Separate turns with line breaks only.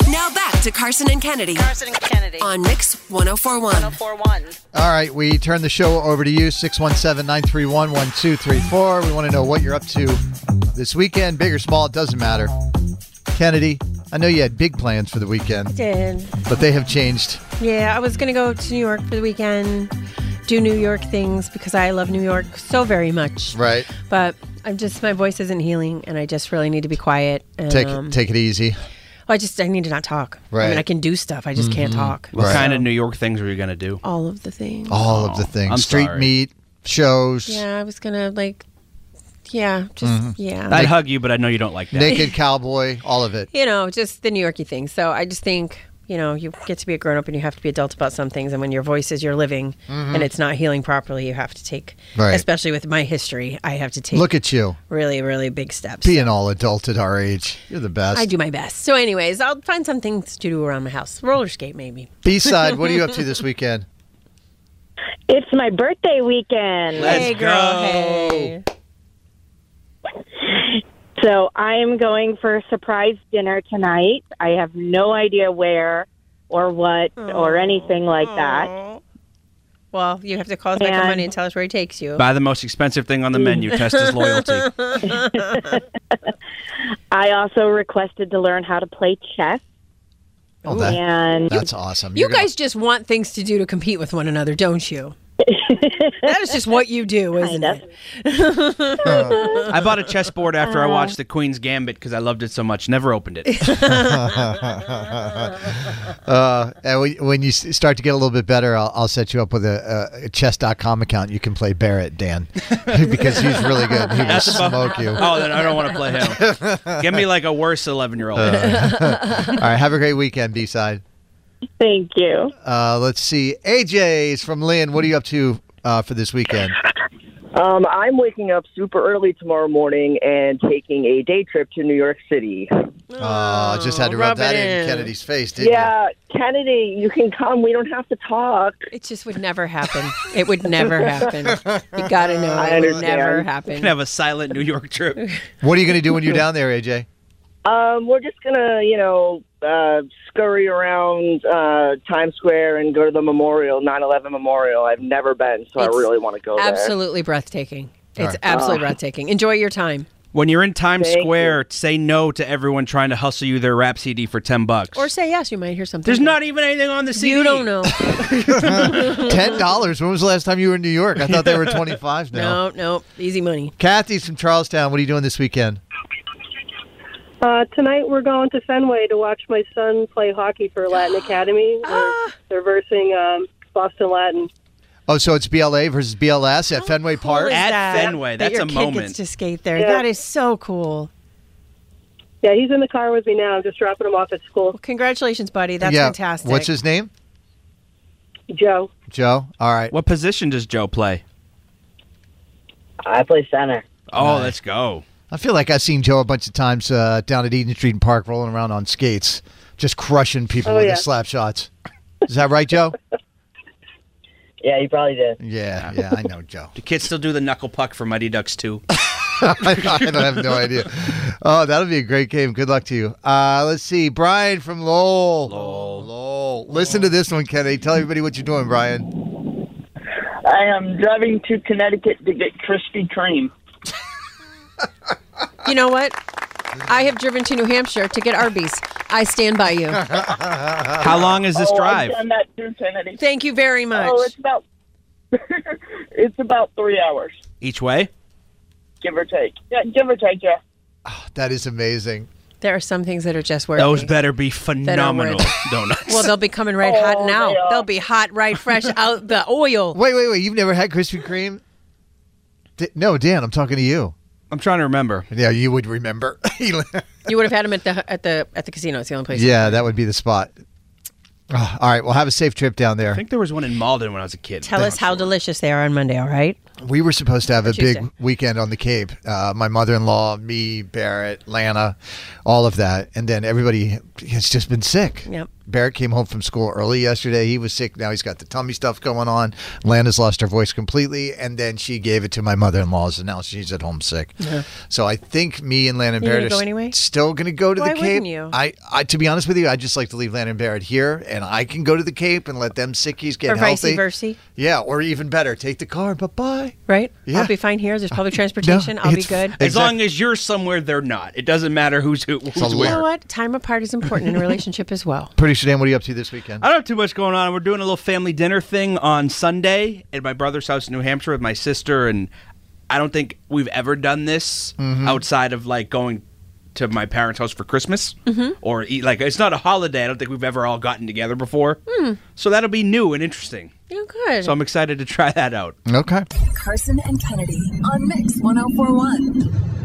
to Carson and Kennedy
Carson and Kennedy.
on Mix 1041.
1041.
All right, we turn the show over to you, 617 931 1234. We want to know what you're up to this weekend, big or small, it doesn't matter. Kennedy, I know you had big plans for the weekend,
Did.
but they have changed.
Yeah, I was going to go to New York for the weekend, do New York things because I love New York so very much.
Right.
But I'm just, my voice isn't healing and I just really need to be quiet. And,
Take,
um,
take it easy.
I just, I need to not talk. I
Right. Mm-hmm.
mean, I can do stuff. I just can't talk.
What
Right.
kind of New York things were you gonna do?
All of the things.
All of the things
Oh, I'm
street
sorry.
meet, shows,
Yeah, I was going to like, yeah, just,
Mm-hmm.
yeah.
I'd hug you, but I know you don't like that.
naked cowboy, all of it.
you know, just the New Yorky thing. So I just think, you know, you get to be a grown up and you have to be adult about some things. And when your voice is your living and it's not healing properly, you have to take,
Mm-hmm. Right.
especially with my history, I have to take
Look at you
really, really big steps.
being all adult at our age. You're the best.
I do my best. So, anyways, I'll find some things to do around my house. Roller skate, maybe.
B side, what are you up to this weekend?
It's my birthday weekend.
Let's
hey, girl.
go.
Hey.
So I am going for a surprise dinner tonight. I have no idea where or what or anything like that.
Well, you have to call us back on
And-
Monday and tell us where he takes you.
Buy the most expensive thing on the menu. Test his loyalty.
I also requested to learn how to play chess.
Oh,
Uh,
that,
And
that's awesome.
You
You're gonna-
guys just want things to do to compete with one another, don't you? that is just what you do, isn't
Kind
it?
I bought a chessboard after I watched The Queen's Gambit because I loved it so much. Never opened it.
Uh, and when- when you s- start to get a little bit better, I'll, I'll set you up with a, a chess.com account. You can play Barrett, Dan, because he's really good. He will
That's about-
smoke you. All
Oh, then I don't want to play him. Give me like a worse 11 year old.
Uh. right, have a great weekend, B side.
thank you.
Uh, let's see. AJ's from Lynn. What are you up to uh, for this weekend?
Um, I'm waking up super early tomorrow morning and taking a day trip to New York City.
Uh, just had to rub,
rub
that
it
in.
in.
Kennedy's face, didn't you?
Yeah, Kennedy, you can come. We don't have to talk.
It just would never happen. It would never happen. You gotta know
I
it would
understand.
never
Can
happen.
have a silent New York trip.
What are you going to do when you're down there, AJ?
Um, we're just gonna, you know, uh, scurry around uh, Times Square and go to the memorial, 9/11 memorial. I've never been, so
It's
I really want to go
Absolutely breathtaking. It's
right.
absolutely breathtaking. Enjoy your time.
When you're in Times
Thank
Square, say no to everyone trying to hustle you their rap CD for 10 bucks.
Or say yes, you might hear something.
There's not even anything on the CD.
You don't know.
Ten dollars. When was the last time you were in New York? I thought they were twenty five now.
No, no. Easy money.
Kathy's from Charlestown. What are you doing this weekend?
Uh, tonight we're going to Fenway to watch my son play hockey for Latin Academy. They're, they're versing um, Boston Latin.
Oh, so it's BLA versus BLS
Oh,
at Fenway Park.
At Fenway,
That
that's
your
a
kid
moment.
Gets to skate there.
Yeah.
That is so cool.
Yeah, he's in the car with me now. I'm just dropping him off at school.
Well, congratulations, buddy. That's
yeah.
fantastic.
What's his name?
Joe.
Joe. All right.
What position does Joe play?
there. I play center.
Uh.
Oh, let's go.
I feel like I've seen Joe a bunch of times uh, down at Eden Street and Park rolling around on skates, just crushing people
Oh,
with
yeah.
his slap shots. Is that right, Joe?
Yeah, you probably did.
Yeah, yeah, I know Joe.
Do kids still do the knuckle puck for Mighty Ducks too?
I, don't have no idea. Oh, that'll be a great game. Good luck to you. Uh, let's see. Brian from Lowell. Lowell. Lowell. Listen to this one, Kennedy. Tell everybody what you're doing, Brian.
I am driving to Connecticut to get Krispy Kreme.
You know what? I have driven to New Hampshire to get Arby's. I stand by you.
How long is this
oh,
drive?
I've done that too, Kennedy.
Thank you very much.
Oh, it's about it's about three hours,
Each way?
give or take. Yeah, give or take. Yeah.
That is amazing.
there are some things that are just worth
Those
it.
better be phenomenal
worth
donuts.
Well, they'll be coming right hot
Oh,
now.
they are.
They'll be hot right fresh out the oil.
Wait, wait, wait. You've never had Krispy Kreme? D- no, Dan, I'm talking to you.
I'm trying to remember.
Yeah, you would remember.
You would have had them at the at the at the casino. It's the only place.
yeah, that would be the spot. Ah, all right. Well, have a safe trip down there.
I think there was one in Malden when I was a kid.
Tell us how delicious they are on Monday. All right.
we were supposed to have a big
Tuesday.
weekend on the Cape. Uh, my mother-in-law, me, Barrett, Lana, all of that, and then everybody has just been sick.
Yep.
Barrett came home from school early yesterday. He was sick. Now he's got the tummy stuff going on. Lana's lost her voice completely, and then she gave it to my mother-in-law's, and now she's at home sick. So I think me and Lana and
You gonna
Barrett
go
are s-
anyway?
still going to go to
Why
the Cape.
wouldn't you?
I, I, to be honest with you, I just like to leave Lana and Barrett here, and I can go to the Cape and let them sickies get
Or vice
healthy.
versa,
Yeah, or even better, take the car. Bye bye.
right?
Yeah. Uh,
I'll be fine here. There's public transportation. I'll be
it's-
good.
As
Exact-
long as you're somewhere, they're not. It doesn't matter who's who. Who's
a
You
lot.
where.
know what? Time apart is important in a relationship as well.
Pretty sure, Dan. What are you up to this weekend?
I don't have too much going on. We're doing a little family dinner thing on Sunday at my brother's house in New Hampshire with my sister, and I don't think we've ever done this outside of like going to my parents' house for Christmas or eat. Like it's not a holiday. I don't think we've ever all gotten together before, so that'll be new and interesting.
You're good.
So I'm excited to try that out.
Okay.
Carson and Kennedy on Mix 1041.